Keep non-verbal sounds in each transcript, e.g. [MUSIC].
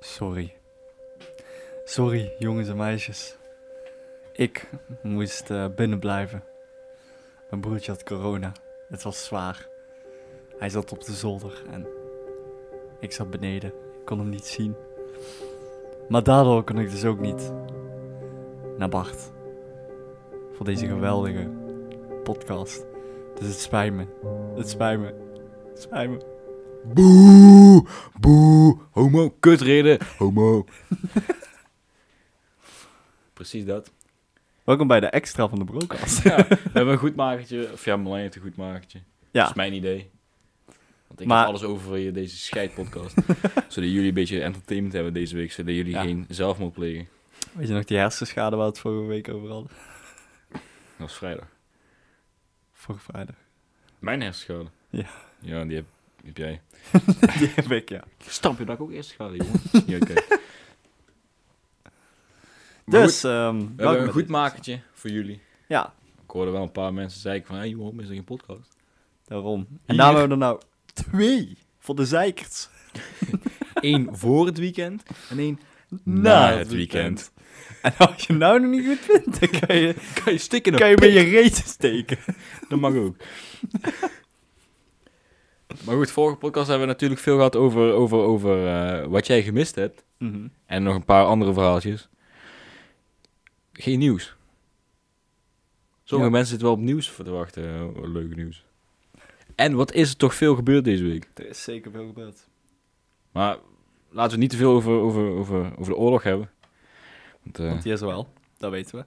Sorry. Sorry, jongens en meisjes. Ik moest eh, binnen blijven. Mijn broertje had corona. Het was zwaar. Hij zat op de zolder en ik zat beneden. Ik kon hem niet zien. Maar daardoor kon ik dus ook niet naar Bart. Voor deze geweldige podcast. Dus het spijt me. Het spijt me. Het spijt me. Boe, boe, homo, kutreden, homo. [LAUGHS] Precies dat. Welkom bij de extra van de broadcast. Ja, [LAUGHS] we hebben een goed magertje. Of ja, Marlijn heeft een goed magertje. Dat Ja, is mijn idee. Want ik Maar- heb alles over voor je, deze [LAUGHS] scheidpodcast. zodat jullie een beetje entertainment hebben deze week. Zodat jullie Ja. geen zelfmoord plegen. weet je nog die hersenschade waar we het vorige week over hadden? Dat was vrijdag. Vorige vrijdag. Mijn hersenschade. Ja. Ja, die heb, heb jij. [LAUGHS] Die heb ik, ja. Stamp je dat ik ook eerst schade, jongen? [LAUGHS] ja, oké. Maar goed, Dus, ehm, we welkom hebben een bij goed deze. makertje voor jullie. Ja, Ik hoorde wel een paar mensen zeiken van... Hé, hey, joh, waarom is er geen podcast? daarom. En Hier. daarom hebben we er nou twee voor de zeikers. Eén [LAUGHS] voor het weekend en één na, het weekend. En als je nou nog niet goed vindt, dan kan [LAUGHS] je, Kan je stikken kan je met je reet steken. Dat mag [LAUGHS] ook. maar goed, vorige podcast hebben we natuurlijk veel gehad over, over, over eh, wat jij gemist hebt. Mhm. En nog een paar andere verhaaltjes. Geen nieuws. Sommige Ja. mensen zitten wel op nieuws voor te wachten. eh, Leuke nieuws. En wat is er toch veel gebeurd deze week? Er is zeker veel gebeurd. Maar laten we het niet te veel over, over, over, over de oorlog hebben. Want, eh, Want die is er wel, dat weten we.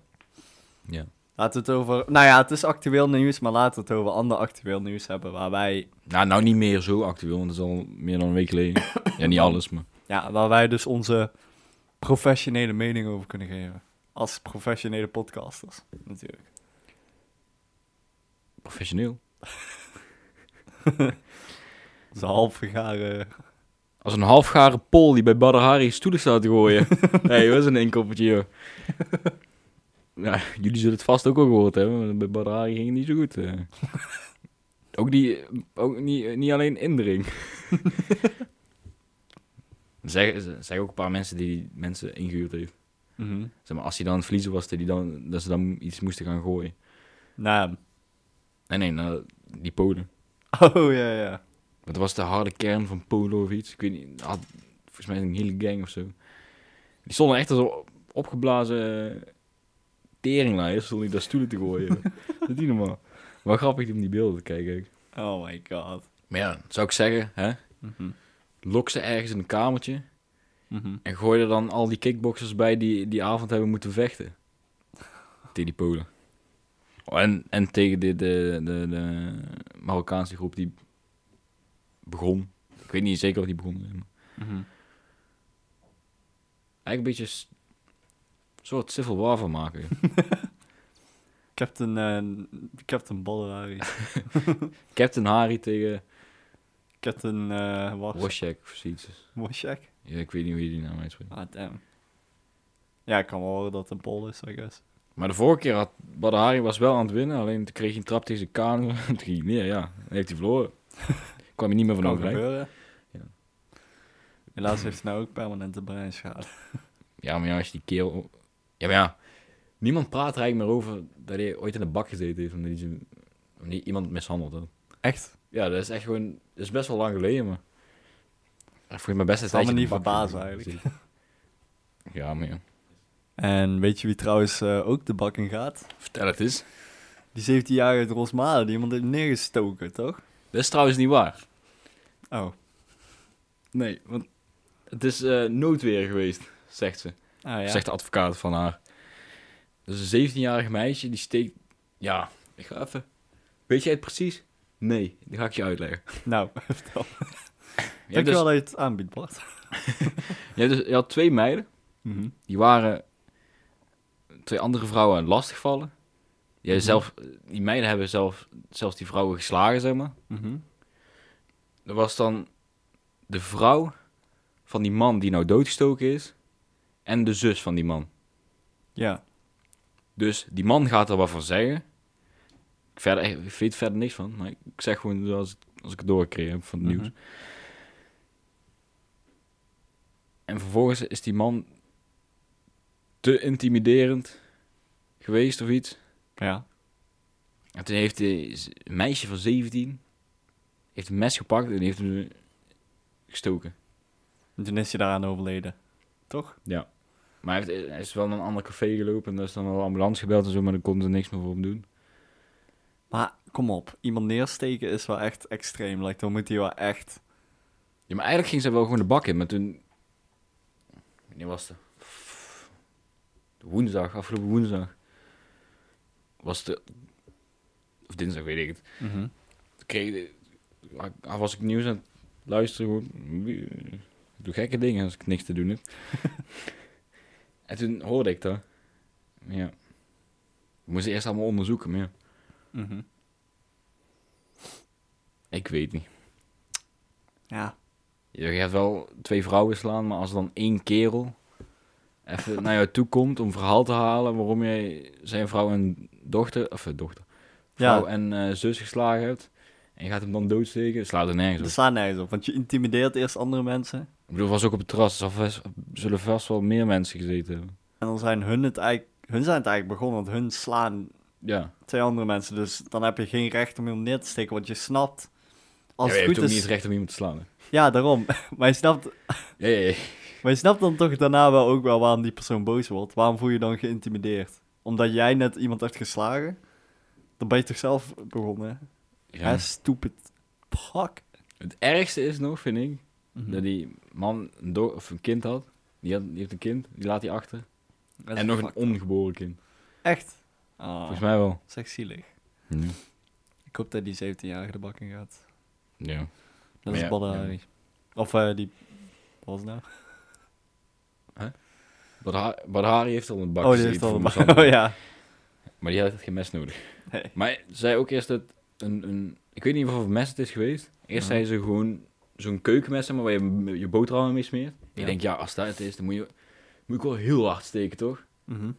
ja. Laten we het over... Nou ja, het is actueel nieuws, maar laten we het over ander actueel nieuws hebben. Waar wij, Nou, nou niet meer zo actueel, want het is al meer dan een week geleden. ja, niet alles, maar... ja, waar wij dus onze professionele mening over kunnen geven. Als professionele podcasters, natuurlijk. Professioneel. Onze halfgegaren... Als een halfgaren pol die bij Badr Hari stoelen staat te gooien. Hé, hey, wat is een inkoppertje, joh. Ja, jullie zullen het vast ook wel gehoord hebben, want bij Badr Hari ging het niet zo goed. eh. Ook, die, ook niet, niet alleen indring. zeg, zeg ook een paar mensen die mensen ingehuurd heeft. Mhm. Zeg maar, als hij dan aan het verliezen was, dat, die dan, dat ze dan iets moesten gaan gooien. Nou, Nee, nee, nou, die Polen. [LAUGHS] oh ja, ja. Want dat was de harde kern van Polo of iets. Ik weet niet. Had, volgens mij een hele gang of zo. Die stonden echt als op- opgeblazen eh, teringlijers. Stonden die daar stoelen te [LAUGHS] gooien. dat is niet normaal. Maar grappig om die beelden te kijken. ook. Oh my god. Maar ja, zou ik zeggen, hè? Mhm. Lok ze ergens in een kamertje. Mhm. En gooi er dan al die kickboxers bij die die avond hebben moeten vechten. Tegen die Polen. Oh, en, en tegen de, de, de, de Marokkaanse groep die begon. Ik weet niet zeker of die begon. maar Mhm. Eigenlijk een beetje s- soort civil war van [LAUGHS] maken. Captain, eh Captain Ballerari. Captain Hari tegen Captain eh Was Washek of zoiets. Wozniak? Ja, ik weet niet hoe je die naam uitspreekt. Ah, damn. Ja, ik kan wel horen dat het een Pol is, I guess. Maar de vorige keer had Badr Hari was wel aan het winnen. Alleen toen kreeg hij een trap tegen zijn kaan. [LAUGHS] Toen ging hij neer, ja. Dan heeft hij [LAUGHS] verloren. kwam hij niet meer van Kan overeind. gebeuren. Ja. Helaas heeft hij nou ook permanente breinschade. Ja, maar ja, als je die keel... Ja, maar ja. Niemand praat er eigenlijk meer over dat hij ooit in de bak gezeten heeft. Omdat hij, zijn- omdat hij iemand mishandeld had. Echt? Ja, dat is echt gewoon... Dat is best wel lang geleden, maar... Ik voel me best een Zal me tijdje in de niet bak verbazen gezeten. Ja, maar ja. En weet je wie trouwens eh, ook de bak in gaat? Vertel het eens. Die 17-jarige uit Rosmalen, die iemand heeft neergestoken, toch? Dat is trouwens niet waar. Oh, Nee, want het is eh, noodweer geweest, zegt ze. ah ja. Zegt de advocaat van haar. Dus een 17-jarig meisje die steekt. Ja, ik ga even. Weet jij het precies? Nee, dat ga ik je uitleggen. Nou, [LAUGHS] vertel. Je, hebt Dankjewel dat dus, je het aanbiedt, Bart. je, hebt dus- je had twee meiden. Mhm. Die waren twee andere vrouwen aan het lastigvallen. Die, hebben zelf, die meiden hebben zelf, zelfs die vrouwen geslagen, zeg maar. Mhm. Er was dan de vrouw van die man die nou doodgestoken is. En de zus van die man. Ja. Dus die man gaat er wat van zeggen. Ik, verder, ik weet verder niks van. Maar ik zeg gewoon zoals als ik het doorgekregen heb van het Mhm. nieuws. En vervolgens is die man te intimiderend geweest of iets. Ja. En toen heeft hij z- een meisje van 17 heeft een mes gepakt en heeft hem gestoken. En toen is hij daaraan overleden. Toch? Ja. Maar hij, heeft, hij is wel naar een ander café gelopen en daar is dan wel ambulance gebeld en zo, maar dan konden ze niks meer voor hem doen. Maar kom op, iemand neersteken is wel echt extreem. Like, dan moet hij wel echt... Ja, maar eigenlijk ging ze wel gewoon de bak in, maar toen... Wanneer was het? Woensdag, afgelopen woensdag. Was het... de- Of dinsdag, weet ik het. Toen kreeg ik... ah, Was ik nieuws aan het luisteren, gewoon... Ik doe gekke dingen als ik niks te doen heb. en toen hoorde ik dat. Ja. Ik moest eerst allemaal onderzoeken, maar ja. Mhm. Ik weet niet. Ja. Je gaat wel twee vrouwen slaan, maar als dan één kerel even naar jou toe komt om verhaal te halen waarom jij zijn vrouw en dochter, of eh, dochter, vrouw Ja, en eh, zus geslagen hebt, en je gaat hem dan doodsteken, het slaat er nergens op. dat slaat nergens op, want je intimideert eerst andere mensen. Ik bedoel, het was ook op het terras, er zal vast- zullen vast wel meer mensen gezeten hebben. En dan zijn hun het eigenlijk... Hun zijn het eigenlijk begonnen, want hun slaan Ja, twee andere mensen. Dus dan heb je geen recht om iemand neer te steken, want je snapt... Als ja, het je hebt goed ook niet is... het recht om iemand te slaan. hè. Ja, daarom. [LAUGHS] maar, je snapt, Ja, ja, ja. maar je snapt dan toch daarna wel ook wel waarom die persoon boos wordt. Waarom voel je je dan geïntimideerd? Omdat jij net iemand hebt geslagen? Dan ben je toch zelf begonnen? Ja. Ja. stupid. Fuck. Het ergste is nog, vind ik, Mhm. dat die man een, do- of een kind had. Die, had, die heeft een kind, die laat hij achter. Dat is en nog een fucked. ongeboren kind. Echt? Ah, Volgens mij wel. dat is echt zielig. Ik hoop dat die 17-jarige de bak in gaat. ja. Dat is Ja, Badari. ja. Of eh, die... Wat was het nou? Badha- Badhari heeft al een bak oh, die gezeten heeft al voor een bak. [LAUGHS] Oh mishandeling. ja. Maar die had geen mes nodig. Nee. Maar zei ook eerst dat een, een... Ik weet niet of het een mes het is geweest. Eerst Ja. zei ze gewoon zo'n keukenmes, maar waar je m- je boterhammen mee smeert. Ja. Ik denk, ja, als dat het is, dan moet je... Moet ik wel heel hard steken, toch? Mhm.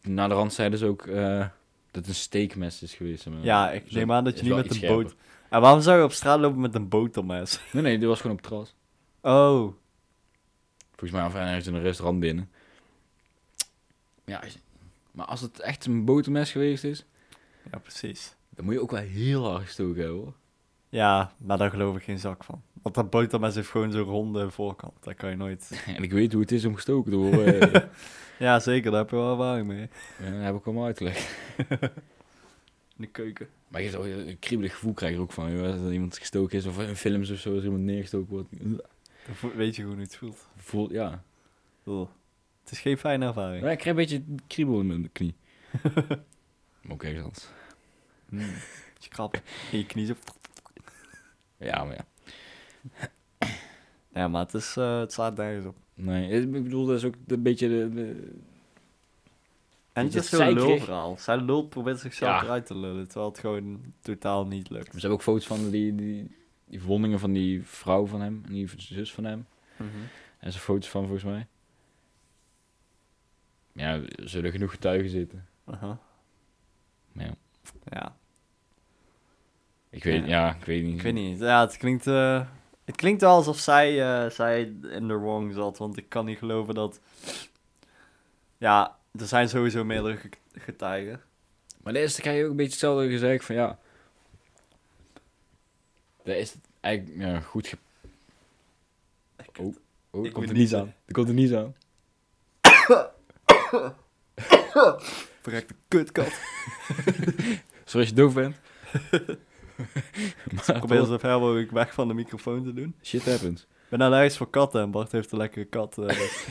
Na de rand zeiden ze ook eh, dat het een steekmes is geweest. maar- Ja, ik Zo- neem aan dat is je niet wel met iets een boot... scherper. En waarom zou je op straat lopen met een botermes? [LAUGHS] Nee, nee, dit was gewoon op het terras. Oh. Volgens mij of ergens in een restaurant binnen. Ja, als je- maar als het echt een botermes geweest is, Ja, precies. dan moet je ook wel heel hard gestoken hebben, hoor. Ja, maar daar geloof ik geen zak van. Want dat botermes heeft gewoon zo'n ronde voorkant. Daar kan je [LAUGHS] nooit... [LAUGHS] En ik weet hoe het is om gestoken te worden. eh, Ja, zeker. Daar heb je wel ervaring mee. ja, dat heb ik allemaal uitgelegd. In de keuken. Maar je hebt ook een kriebelig gevoel krijg je er ook van. joh, Als er iemand gestoken is of in films of zo, als iemand neergestoken wordt. Dan vo- weet je gewoon hoe het voelt. Voelt, ja. Ugh. Het is geen fijne ervaring. Maar ik krijg een beetje kriebel in mijn knie. maar ook ergens anders. Mm. Je krabben. In je knie zo. Ja, maar ja. Ja, maar het, is, eh, het slaat nergens op. Nee, ik bedoel, dat is ook een beetje de... de- En het Beetje is zo'n zeikerig. lulverhaal. Zijn lul probeert zichzelf Ja. eruit te lullen, terwijl het gewoon totaal niet lukt. Ze hebben ook foto's van die, die, die verwondingen van die vrouw van hem en die zus van hem. Mhm. En zijn foto's van, volgens mij. Ja, er zullen genoeg getuigen zitten. Aha. Maar ja, Ja, ik weet, ja. Ja. ik weet niet. ik weet niet. Ja, het klinkt, eh, het klinkt wel alsof zij, eh, zij in de wrong zat, want ik kan niet geloven dat... Ja, er zijn sowieso meerdere ge- getuigen. Maar de eerste krijg je ook een beetje hetzelfde gezegd van ja. Daar is het eigenlijk ja, goed ge... Oh, oh Ik er moet komt er niet niet aan. Er komt er niet aan. Verrekte [LAUGHS] kutkat. Sorry als je doof bent. maar, Probeer zo ver mogelijk weg van de microfoon te doen. Shit happens. Ik ben naar huis voor katten en Bart heeft een lekkere kat. eh, dus-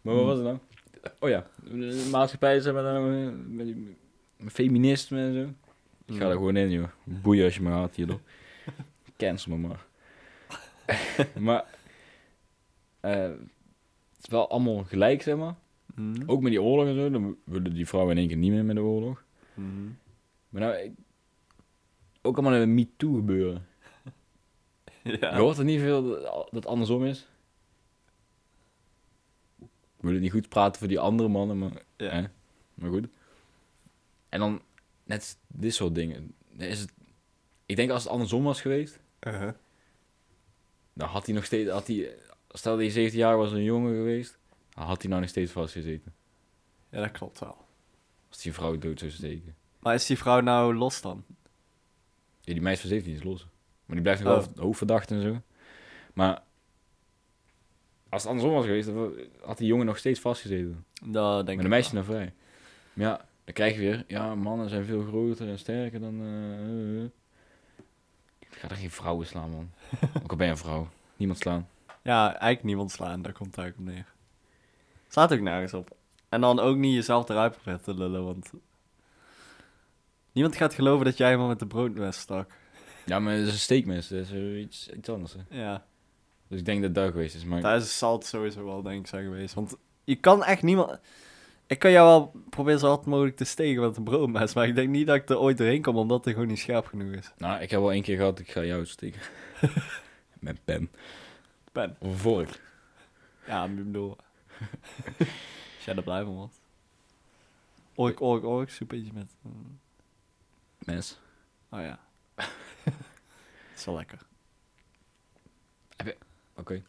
Maar wat was het nou? Oh ja, de maatschappij is met, eh, met, die- met feminisme en zo. [LAUGHS] Ik ga er gewoon in, joh. Boeien als je me haat hierdoor. [LAUGHS] Cancel me maar. [LAUGHS] maar... eh, het is wel allemaal gelijk, zeg maar. Mhm. Ook met die oorlog en zo, dan willen die vrouwen in één keer niet meer met de oorlog. Mhm. Maar nou, ik- ook allemaal een MeToo gebeuren. Je Ja. hoort er niet veel dat, dat andersom is. Ik wil het niet goed praten voor die andere mannen, maar, Ja. hè? maar goed. En dan net dit soort dingen. Dan Is het, ik denk als het andersom was geweest, Uh-huh. Dan had hij nog steeds, had hij, stel dat hij 17 jaar was en een jongen geweest, dan had hij nou nog steeds vastgezeten. Ja, dat klopt wel. Als die vrouw dood zou steken. Maar is die vrouw nou los dan? Ja, die meisje van 17 is los. Maar die blijft nog Oh. wel hoofdverdacht en zo. Maar als het andersom was geweest, dan had die jongen nog steeds vastgezeten. Dat denk Maar ik de meisje wel. naar vrij. Maar ja, dan krijg je weer, ja, mannen zijn veel groter en sterker dan. eh, eh, eh. ik ga er geen vrouwen [LAUGHS] slaan, man. Ook al ben je een vrouw. Niemand slaan. Ja, eigenlijk niemand slaan, daar komt het eigenlijk op neer. Staat ook nergens op. En dan ook niet jezelf eruit proberen te lullen, want... Niemand gaat geloven dat jij iemand met de broodmes stak. Ja, maar het is een steekmes, dat is eh, iets, iets anders. Hè. Ja, Dus ik denk dat het daar geweest is. Maar daar is zal het sowieso wel, denk ik, zijn geweest. Want je kan echt niemand... Ik kan jou wel proberen zo hard mogelijk te steken met een broodmes, maar ik denk niet dat ik er ooit doorheen kom, omdat hij gewoon niet scherp genoeg is. nou, ik heb wel één keer gehad, ik ga [LAUGHS] jou steken. Met pen. Ben. Of een vork. Ja, ik bedoel... [LAUGHS] Als jij daar blij van wordt. Ork, ork, ork, soepetje met... Mes. Oh ja. Dat [LAUGHS] is wel lekker. Oké.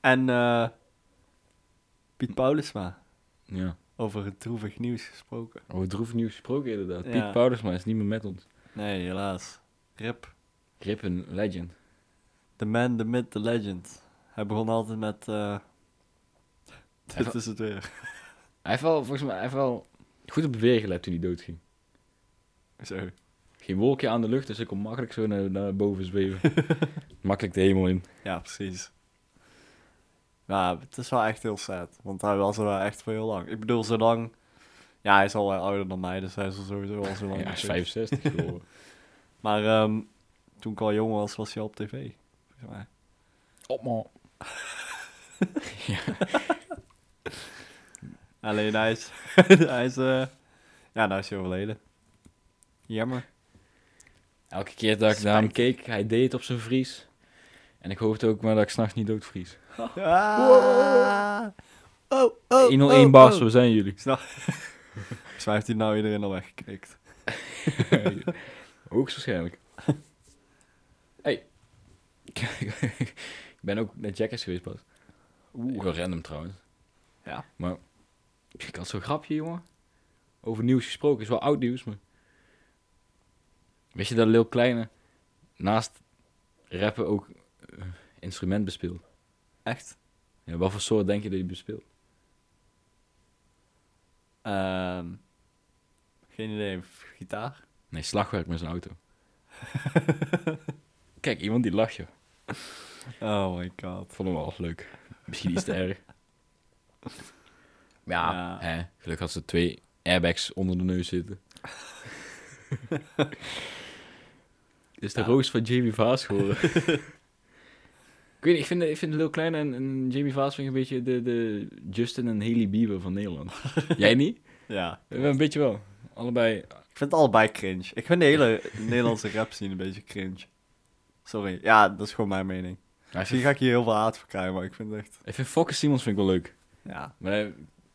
En eh, Piet Paulusma, Ja. over het droevig nieuws gesproken. Over droef nieuws gesproken inderdaad. Ja. Piet Paulusma is niet meer met ons. Nee, helaas. Rip, Rip een legend. the man, the myth, the legend. Hij begon altijd met... [LAUGHS] eh, Hij dit is het weer. Hij heeft wel, volgens mij, hij heeft wel goed op het weer gelet toen hij doodging. Zo. Geen wolkje aan de lucht, dus ik kon makkelijk zo naar, naar boven [LAUGHS] zweven. makkelijk de hemel in. Ja, precies. Ja, het is wel echt heel sad. Want hij was er wel echt voor heel lang. Ik bedoel, zo lang... Ja, hij is al wel ouder dan mij, dus hij is al sowieso al [LAUGHS] zo lang. Ja, hij is natuurlijk. 65 geworden. [LAUGHS] Maar ehm, toen ik al jong was, was hij al op tv. Volgens mij. Op man. Alleen hij is... [LAUGHS] hij is eh, ja, nou is hij overleden. Jammer. Elke keer dat ik naar hem keek, hij deed het op zijn vries. En ik hoopte ook maar dat ik s'nachts niet doodvries. Ah. Oh, oh, 101 oh, bas, oh. waar zijn jullie? [LAUGHS] Volgens mij heeft hij nou iedereen al weggeknikt. [LAUGHS] Hoogstwaarschijnlijk. hey. [LAUGHS] ik ben ook naar Jackass geweest, Bas. Oeh. Heel random trouwens. Ja. Maar ik had zo'n grapje, jongen. Over nieuws gesproken. Is wel oud nieuws, maar... Wist je dat Lil Kleine naast rappen ook eh, instrument bespeelt? Echt? Ja, wat voor soort denk je dat hij bespeelt? Ehm, geen idee. Gitaar? Nee, slagwerk met zijn [LAUGHS] auto. Kijk, iemand die lacht, joh. Oh my god. Vond hem wel leuk. Misschien iets te erg. [LAUGHS] Ja, Ja. Hè, gelukkig had ze twee airbags onder de neus zitten. [LAUGHS] Is de Ja. roos van Jamie Vaas [LAUGHS] geworden? ik weet niet, ik vind, ik vind Lil Kleine en, en Jamie Vaas vind ik een beetje de, de Justin en Haley Bieber van Nederland. [LAUGHS] Jij niet? Ja. Eh, Een beetje wel. Allebei. Ik vind het allebei cringe. Ik vind de hele Nederlandse rap scene een beetje cringe. Sorry. Ja, dat is gewoon mijn mening. Ja, ik Misschien vind, ga ik hier heel veel haat voor krijgen, maar ik vind het echt... ik vind Fokke Simons vind ik wel leuk. Ja. Maar eh,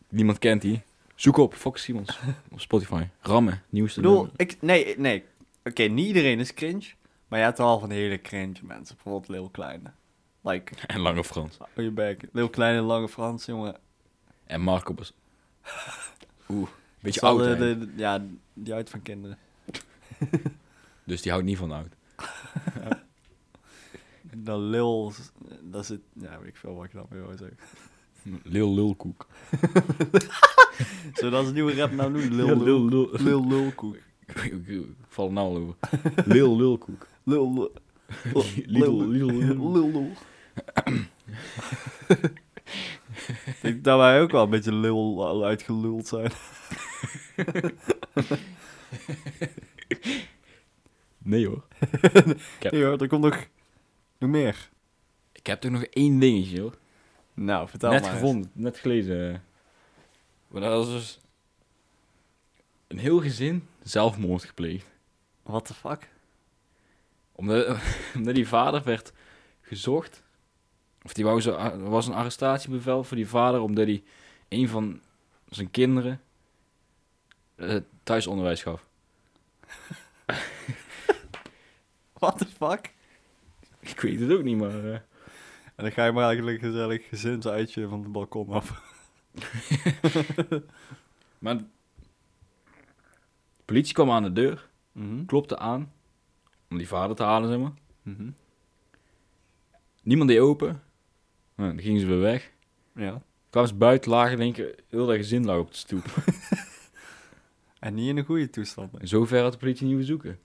niemand kent die. Zoek op Fokke Simons op Spotify. Rammen, nieuwste Ik bedoel, nummer. ik, nee, nee. Oké, niet iedereen is cringe. Maar je hebt wel van hele cringe mensen. Bijvoorbeeld Lil Kleine. Like, En Lange Frans. hou je bek. Lil Kleine, Lange Frans, jongen. En Marco Bas. Oeh, beetje Dat oud. is wel hè? eh, de- de- Ja, die uit van kinderen. Dus die houdt niet van oud. Dan Lil, dat zit... Ja, weet ik veel wat ik dan weer wil zeggen. Lil Lulkoek. Zodat ze nieuwe rap nou [LAUGHS] doen. [LAUGHS] Lil, Ja, lil, Lil. lil, Lulkoek. [LAUGHS] Ik- ik- Ik val er nou al over. [LAUGHS] Lil Lulkoek. Lil, [LAUGHS] lil, Lidl, Lidl, Lidl. lil, lil. Ik denk dat wij ook wel een beetje lul uitgeluld zijn. Nee hoor. Ja. [LAUGHS] Ja, er komt nog, nog meer. Ik heb toch nog één dingetje hoor. Nou, vertel net maar. eens. gevonden, net gelezen. Maar dat was dus... Een heel gezin zelfmoord gepleegd. What the fuck? [LAUGHS] Omdat, [LAUGHS] omdat die vader werd gezocht. Of die wou zo, er was een arrestatiebevel voor die vader, omdat hij een van zijn kinderen eh, thuisonderwijs gaf. What the fuck? [LAUGHS] Ik weet het ook niet, maar... eh, En dan ga je maar eigenlijk een gezellig gezinsuitje van het balkon af. maar... De politie kwam aan de deur. klopte aan om die vader te halen, zeg maar. Mhm. Niemand deed open. Nou, dan gingen ze weer weg. Ja. Kwamen ze buiten, lagen denk ik, heel dat gezin lag op de stoep. [LAUGHS] En niet in een goede toestand. In zover had de politie niet bezoeken.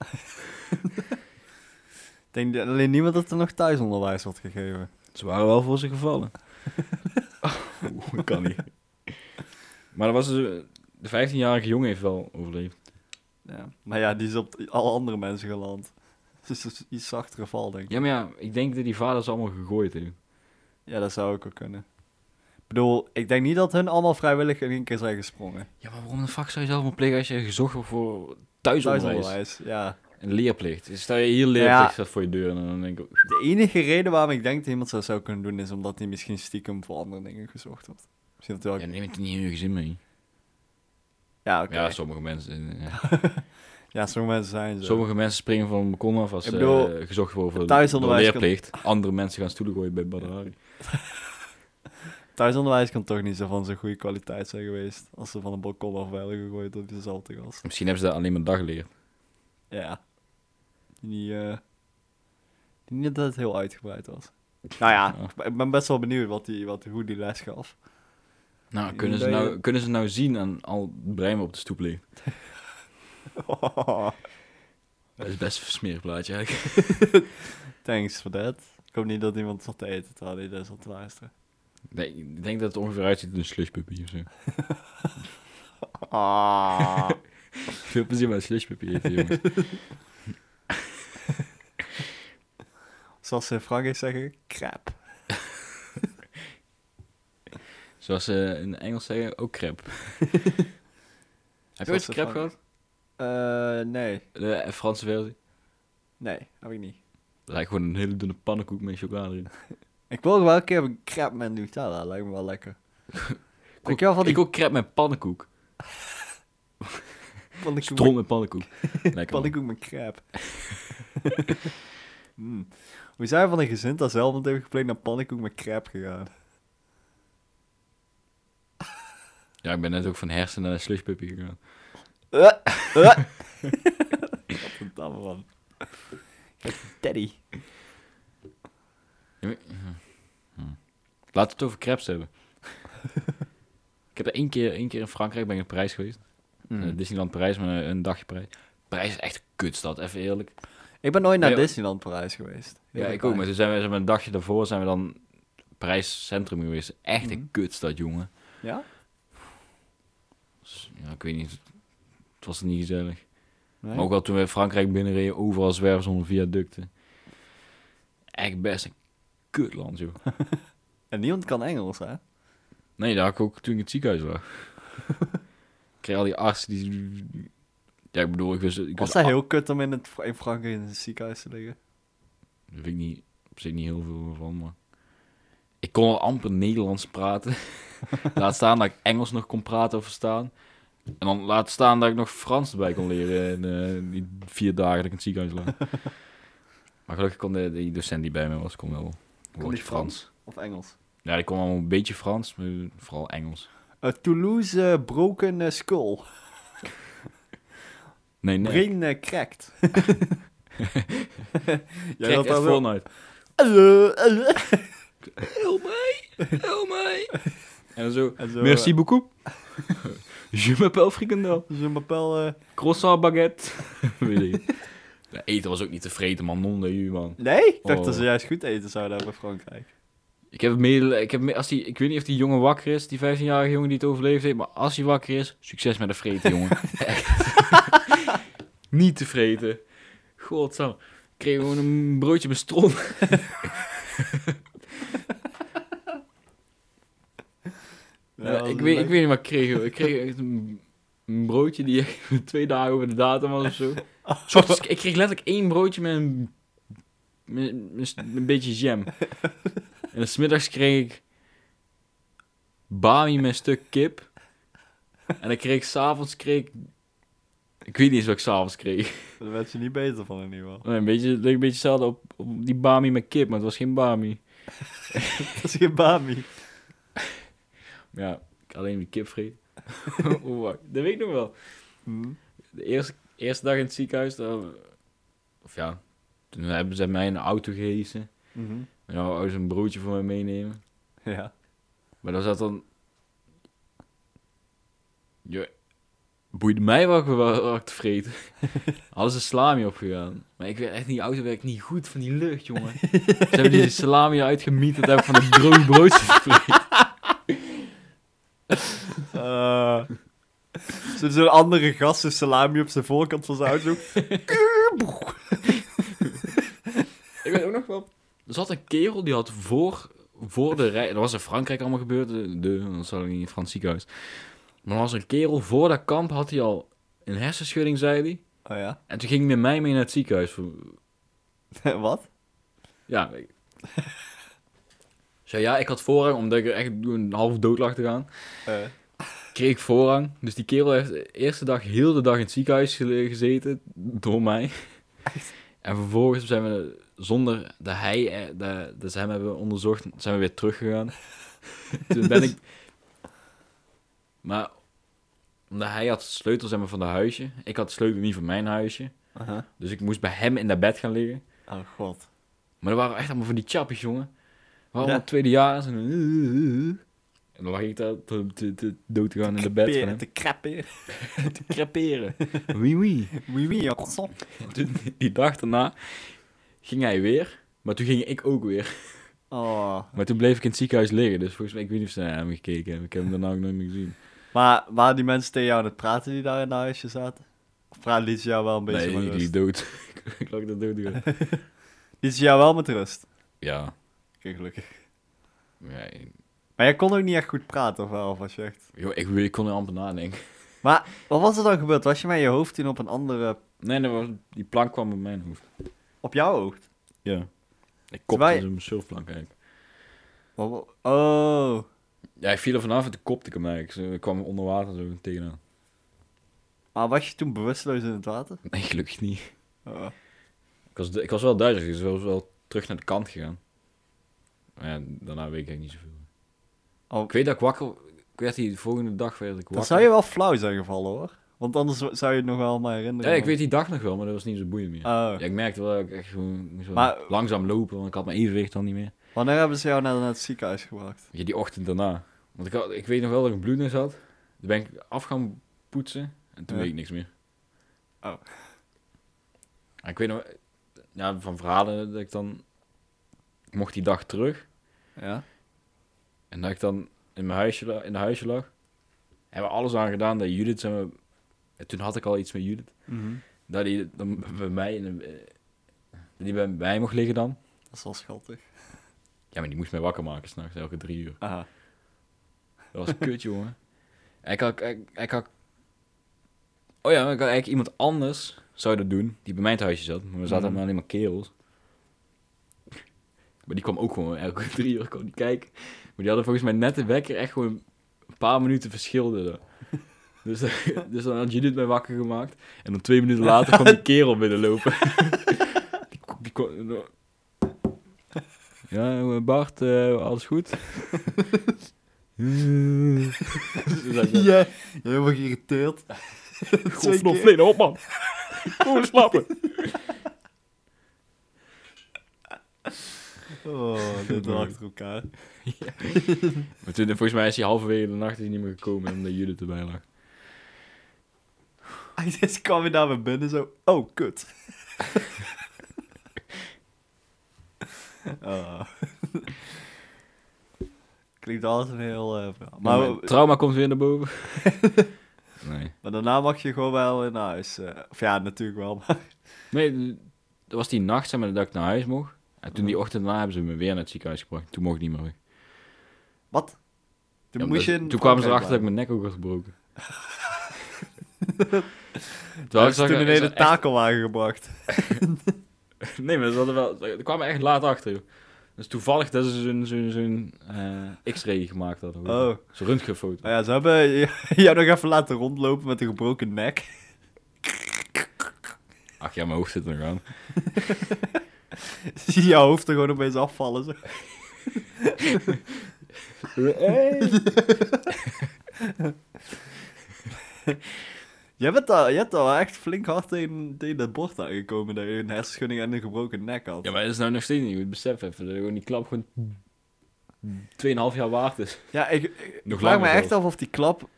Ik denk dat alleen niemand dat er nog thuisonderwijs wordt gegeven. Ze waren wel voor ze [LAUGHS] gevallen. Oeh, dat kan niet. Maar dat was dus, eh, de 15-jarige jongen heeft wel overleefd. Ja. Maar ja, die is op alle andere mensen geland. [LAUGHS] Het is dus iets zachtere val, denk ik. Ja, maar ja, ik denk dat die vader ze allemaal gegooid heeft. Ja, dat zou ook wel kunnen. Ik bedoel, ik denk niet dat hun allemaal vrijwillig in één keer zijn gesprongen. Ja, maar waarom de fuck zou je zelf een plegen als je gezocht wordt voor thuisonderwijs? ja. Een leerplicht. Dus Stel je hier Ja. leerplicht staat voor je deur en dan denk ik... oh, De enige reden waarom ik denk dat iemand dat zou kunnen doen, is omdat hij misschien stiekem voor andere dingen gezocht wordt. Misschien dat hij Ja, wel... neem het niet in je gezin mee. Ja, oké. Ja, Ja, sommige mensen. ja. sommige mensen zijn zo. [LAUGHS] Sommige mensen springen van een balkon af als Ik ze bedoel, eh, gezocht worden voor thuisonderwijs door leerplicht. Andere mensen gaan stoelen gooien bij Badari. Thuisonderwijs kan toch niet zo van zo'n goede kwaliteit zijn geweest. Als ze van een balkon af werden gegooid door diezelfde gast. Misschien hebben ze dat alleen maar dagleer. Ja. Die, eh, die niet dat het heel uitgebreid was. Nou ja, Ja. ik ben- ik ben best wel benieuwd wat die, wat, hoe die les [LAUGHS] gaf. Nou, Ik kunnen ze denk nou, dat- kunnen ze nou zien aan al het brein wat op de stoep ligt? Dat is best een smerig plaatje eigenlijk. Thanks for that. Ik hoop niet dat iemand zat te eten terwijl hij daar zat te luisteren. [LAUGHS] Nee, ik denk dat het ongeveer uitziet als een slushpuppy of zo. Ah. [LAUGHS] Veel plezier met slushpuppy [LAUGHS] eten, jongens. Zoals ze in Frankrijk zeggen, crap. Zoals ze in Engels zeggen, [LAUGHS] ook crap. Heb je Zoals ooit ze crap van- gehad? Eh, nee. De Franse versie? Nee, heb ik niet. Dat is eigenlijk gewoon een hele dunne pannenkoek met chocolade erin. Ik wil wel een keer een crap met Nutella. Lijkt me wel [LAUGHS] lekker. Ik wel van die Ik ook crap met pannenkoek. pannenkoek Stront met [LAUGHS] pannenkoek. Lekker. man. Pannenkoek met crap. [LAUGHS] Hmm. We zijn van een gezin dat zelf heeft gepleegd naar pannenkoek met crap gegaan. Ja, ik ben net ook van hersen naar een slushpuppy gegaan. Eh, eh. Gadverdamme, man. Daddy. Laten we het over crepes [LAUGHS] hebben. ik heb er één keer, één keer in Frankrijk ben ik in Parijs geweest. Mhm. Eh, Disneyland Parijs, maar een, een dagje Parijs. Parijs is echt een kutstad, even eerlijk. Ik ben nooit naar Nee, Disneyland Parijs geweest. Ja, ik ook. Maar toen zijn we, zijn we een dagje daarvoor zijn we dan Parijs centrum geweest. Echt een Mhm. kutstad, jongen. Ja? Dus, ja, ik weet niet. Het was niet gezellig. Nee? Maar ook wel toen we in Frankrijk binnenreden, overal zwerven zonder viaducten. Echt best een kutland, joh. En niemand kan Engels, hè? Nee, daar had ik ook toen ik in het ziekenhuis [LAUGHS] lag. ik kreeg al die artsen die... Ja, ik bedoel, ik wist... Ik Was wist dat al- heel kut om in, het, in Frankrijk in het ziekenhuis te liggen? Daar weet ik niet, op zich niet heel veel van, maar... Ik kon al amper Nederlands [LAUGHS] praten. laat staan dat ik Engels nog kon praten of verstaan. En dan laat staan dat ik nog Frans erbij kon leren in eh, die vier dagen dat ik in het ziekenhuis [LAUGHS] lag. maar gelukkig kon de, die docent die bij me was, kon wel een die woordje Frans? Frans. Of Engels? Ja, die kon wel een beetje Frans, maar vooral Engels. Eh, Toulouse eh, broken eh, skull. Nee, nee. Brain eh, cracked. [LAUGHS] [LAUGHS] Ja, Jij had daar dat echt wel... Fortnite. Eh, Help mij, help mij. En dan zo, En zo, merci beaucoup. [LAUGHS] Je m'appelle frikandel. eh, Zo'n bepaal... eh, Croissant baguette. [LAUGHS] Weet ik. Ja, eten was ook niet te vreten, man. Non de u, man. Nee? Ik dacht dat Oh. ze juist goed eten zouden hebben in Frankrijk. Ik heb medel, ik heb me- als die, ik weet niet of die jongen wakker is, die 15-jarige jongen die het overleefd heeft, maar als hij wakker is, succes met de vreten, [LAUGHS] jongen. Echt. niet te vreten. Godsam. Ik kreeg gewoon een broodje met stron. Ja, Ja, ik, dat weet, lijkt- ik weet niet wat ik kreeg. joh. Ik kreeg echt een, een broodje die echt [LAUGHS] twee dagen over de datum was of zo. S ochtends- ik kreeg letterlijk één broodje met een, met, met een beetje jam. En smiddags kreeg ik bami met een stuk kip. En dan kreeg ik s'avonds kreeg ik Ik weet niet eens wat ik s'avonds kreeg. [LAUGHS] Daar werd je niet beter van in ieder geval. Nee, een beetje, het leek een beetje hetzelfde op, op die Bami met kip, maar het was geen Bami. Dat is geen Bami. Maar Ja, ik alleen die kip vreet. [LAUGHS] oh, wacht. Dat weet ik nog wel. Mhm. De eerste, eerste dag in het ziekenhuis, daar, of ja, toen hebben ze mij in de auto gehesen. En dan wou ze een broodje voor mij meenemen. Ja. Maar dan zat dan... Je... Boeide mij wat ik, wa- wat ik te vreten. Hadden ze salami opgegaan. Maar ik weet echt niet, die auto werkt niet goed van die lucht, jongen. ze hebben die salami uitgemieterd heb ik van een droog broodje gevreten. Eh, Zo'n zo'n andere gast, zo'n salami op zijn voorkant van zijn auto. Ik weet ook nog wel... Er zat een kerel die had voor, voor de rij... Dat was in Frankrijk allemaal gebeurd. De, de, dat zat niet in het Frans ziekenhuis. Maar er was een kerel voor dat kamp, had hij al een hersenschudding, zei hij. Oh ja? [LAUGHS] En toen ging hij met mij mee naar het ziekenhuis. voor- Wat? Ja. Ik... [LAUGHS] Zo ja, ik had voorrang omdat ik er echt een half dood lag te gaan. Eh, Kreeg ik voorrang. Dus die kerel heeft de eerste dag heel de dag in het ziekenhuis gele- gezeten. Door mij. En vervolgens zijn we zonder dat hij, eh, dat, dat ze hem hebben onderzocht, zijn we weer teruggegaan. Toen ben ik... Maar omdat hij had sleutels zeg maar, van de huisje. Ik had de sleutel niet van mijn huisje. aha. Dus ik moest bij hem in dat bed gaan liggen. Oh god. Maar dat waren echt allemaal van die chappies, jongen. We waren Ja. allemaal tweedejaars. En, en dan lag ik daar te, te, te dood te gaan in de bed van Peren hem. te krappen. [LAUGHS] Te [LAUGHS] creperen. Wie wie. Oui, oui, ja, croissant. Toen, die dag daarna ging hij weer. Maar toen ging ik ook weer. Oh. Maar toen bleef ik in het ziekenhuis liggen. Dus volgens mij, ik weet niet of ze naar hem gekeken hebben. Ik heb hem daarna ook nooit meer gezien. Maar waren die mensen tegen jou aan het praten die daar in het huisje zaten? Of praten liet ze jou wel een beetje Nee, met ik rust? liep dood. [LAUGHS] ik lag daar dood. te gaan. [LAUGHS] Liet ze jou wel met rust? Ja. Oké, gelukkig. ja Maar jij kon ook niet echt goed praten, of wel, of was je echt... joh, ik, ik kon er amper nadenken. Maar wat was er dan gebeurd? Was je met je hoofd toen op een andere... Nee, dat was, die plank kwam op mijn hoofd. Op jouw hoofd? Ja. Ik Terwijl- kopte zo'n surfplank eigenlijk. Wat- wat- Oh. Ja, ik viel er vanaf en toen kopte ik hem eigenlijk. Zo, Ik kwam onder water zo tegenaan. [LAUGHS] Maar was je toen bewusteloos in het water? Nee, gelukkig niet. Oh. Ik was, ik was wel duizelig, dus ik was wel terug naar de kant gegaan. Maar ja, daarna weet ik eigenlijk niet zoveel. Oh. Ik weet dat ik wakker... Ik werd die, de volgende dag werd ik wakker. Dan zou je wel flauw zijn gevallen, hoor. Want anders w- zou je het nog wel maar herinneren. Ja, ik weet die dag nog wel, maar dat was niet zo boeiend meer. Oh. Ja, ik merkte wel dat ik echt gewoon moest wel Maar- langzaam lopen, want ik had mijn evenwicht al niet meer. Wanneer hebben ze jou naar naar het ziekenhuis gebracht? Ja, die ochtend daarna. Want ik, had, ik weet nog wel dat ik een bloedneus had. Toen ben ik af gaan poetsen en toen Ja. weet ik niks meer. Oh. En ik weet nog, ja, van verhalen dat ik dan, ik mocht die dag terug Ja? en dat ik dan in mijn huisje, la- in de huisje lag. Hebben we alles aan gedaan dat Judith, zeg maar, en toen had ik al iets met Judith, dat die dan bij mij, in de, eh, dat die bij mij mocht liggen dan. Dat is wel schattig. Ja, maar die moest mij wakker maken s'nachts, elke drie uur. Aha. Dat was kut, [LAUGHS] jongen. Ik had, ik, ik had... Oh ja, ik had eigenlijk iemand anders zou dat doen, die bij mij in het huisje zat. Maar we zaten Mhm. allemaal alleen maar kerels. [LAUGHS] Maar die kwam ook gewoon elke [LAUGHS] drie uur kwam die kijken. Maar die hadden volgens mij net de wekker echt gewoon een paar minuten verschilde. er. Dus, [LAUGHS] dus dan had Judith mij wakker gemaakt. En dan twee minuten later kwam die kerel binnenlopen. die, ko- die kon- ja, eh, Bart, eh, alles goed? Dus Ze zei zo, [LAUGHS] Ja, helemaal geïrriteerd. Godverdomme, Vleen, op man. Kom eens slapen. Oh, [LAUGHS] dit wel achter elkaar. Maar toen, volgens mij is hij halverwege de nacht is hij niet meer gekomen omdat Judith erbij lag. [LAUGHS] Hij dus kwam weer naar me binnen zo. Oh, [LAUGHS] kut. oh. [LAUGHS] Klinkt altijd een heel eh, verhaal. Maar, Maar Nou, trauma komt weer naar boven. nee. maar daarna mag je gewoon wel weer naar huis. eh. of ja, natuurlijk wel. Maar Nee, dat was die nacht zeg maar, dat ik naar huis mocht. En toen die ochtend daarna hebben ze me weer naar het ziekenhuis gebracht. Toen mocht ik niet meer weg. wat? Toen, Ja, maar moest dat- je in toen kwamen ze Frankrijk erachter dat blijven. ik mijn nek ook had gebroken. [LAUGHS] Toen Terwijl ik is zag- toen een ik hele zag echt- takelwagen gebracht. Nee, maar ze hadden wel... Ze kwamen echt laat achter, joh. Dus toevallig dat ze zo'n zo'n zo'n, eh, x-ray gemaakt hadden. hoor. Oh. Zo'n röntgenfoto. [LAUGHS] Nou ja, ze hebben jou nog even laten rondlopen met een gebroken nek. [LAUGHS] Ach ja, mijn hoofd zit [LAUGHS] er nog aan. Zie je hoofd er gewoon opeens afvallen. Zo. Jij bent al, je hebt al echt flink hard tegen, tegen dat bord aangekomen dat je een hersenschudding en een gebroken nek had. Ja, maar dat is nou nog steeds niet goed. Besef even dat gewoon die klap gewoon 2,5 jaar waard is. Ja, ik, ik Nog vraag me langer echt af of die klap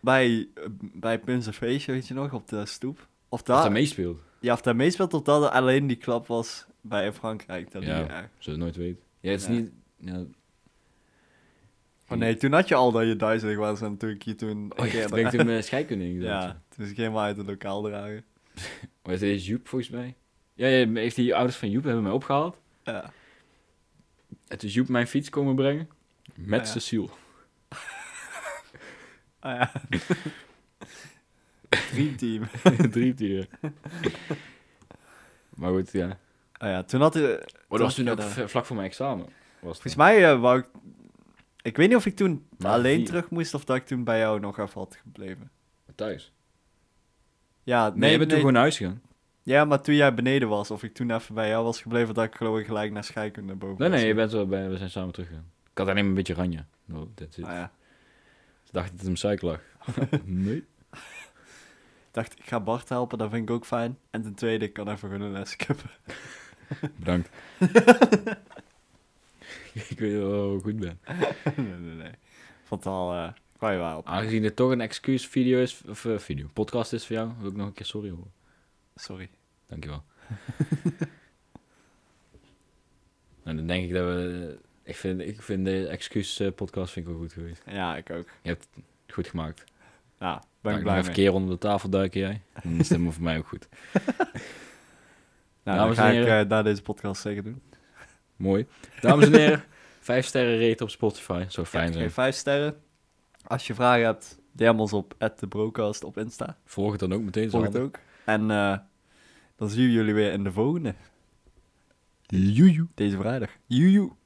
bij, bij Pins Feestje, weet je nog, op de stoep. Of Als daar, dat meespeelt. ja, of daar meespeelt of dat er alleen die klap was bij Frankrijk. Dat die, Ja. eh, Zullen we nooit weten. Ja, het is Ja. niet... Ja, Maar Oh, nee, toen had je al dat je duizelig was en toen ik je toen... oh, oké, ja, ben ik [LAUGHS] toen mijn scheikunde ingezet. ja, toen is ik helemaal uit het lokaal dragen. Maar is dit Joep volgens mij? Ja, ja, heeft die ouders van Joep hebben mij opgehaald. Ja. Het is Joep mijn fiets komen brengen. Met Ah, ja. [LAUGHS] Cecile. Ah ja. Dreamteam. [LAUGHS] Drie dieren. [LAUGHS] maar goed, ja. Ah ja, toen had hij... Oh, dat was toen ook Ja, v- vlak voor mijn examen. Was Volgens het. mij eh, wou ik... Ik weet niet of ik toen Maar alleen wie- terug moest of dat ik toen bij jou nog even had gebleven. Thuis. Ja, Nee, je bent toen gewoon naar huis gegaan. Ja, maar toen jij beneden was, of ik toen even bij jou was gebleven, dat ik geloof ik gelijk naar scheikunde boven Nee, was. nee, je bent wel bij, we zijn samen teruggegaan. Ik had alleen maar een beetje ranje. No, that's it. Ah ja. Ik dacht dat het hem suiker [LAUGHS] lag. nee. Ik dacht, ik ga Bart helpen, dat vind ik ook fijn. En ten tweede, ik kan even gewoon een les skippen. Bedankt. ik weet wel hoe goed ben. [LAUGHS] nee, nee, nee. Vond het al... eh kwam je wel op. Aangezien het toch een excuus video is, of eh, video, podcast is voor jou, wil ik nog een keer sorry horen. Sorry. Dankjewel. [LAUGHS] nou, dan denk ik dat we... Ik vind, ik vind de excuus eh, podcast vind ik wel goed geweest. Ja, ik ook. Goed gemaakt. Nou, ben Dan ik blij even mee. keer onder de tafel duiken jij. Dan is het helemaal voor mij ook goed. Nou, dan Dames ga en ik heren. eh, na deze podcast zeker doen. Mooi. Dames en heren, [LAUGHS] vijf sterren rate op Spotify. Zo fijn eh. Ja, zijn. geef vijf sterren. Als je vragen hebt, DM ons op @thebrocast op Insta. Volg het dan ook meteen. Volg het zo. ook. En eh, dan zien we jullie weer in de volgende. Joejoe. Deze vrijdag. Joejoe.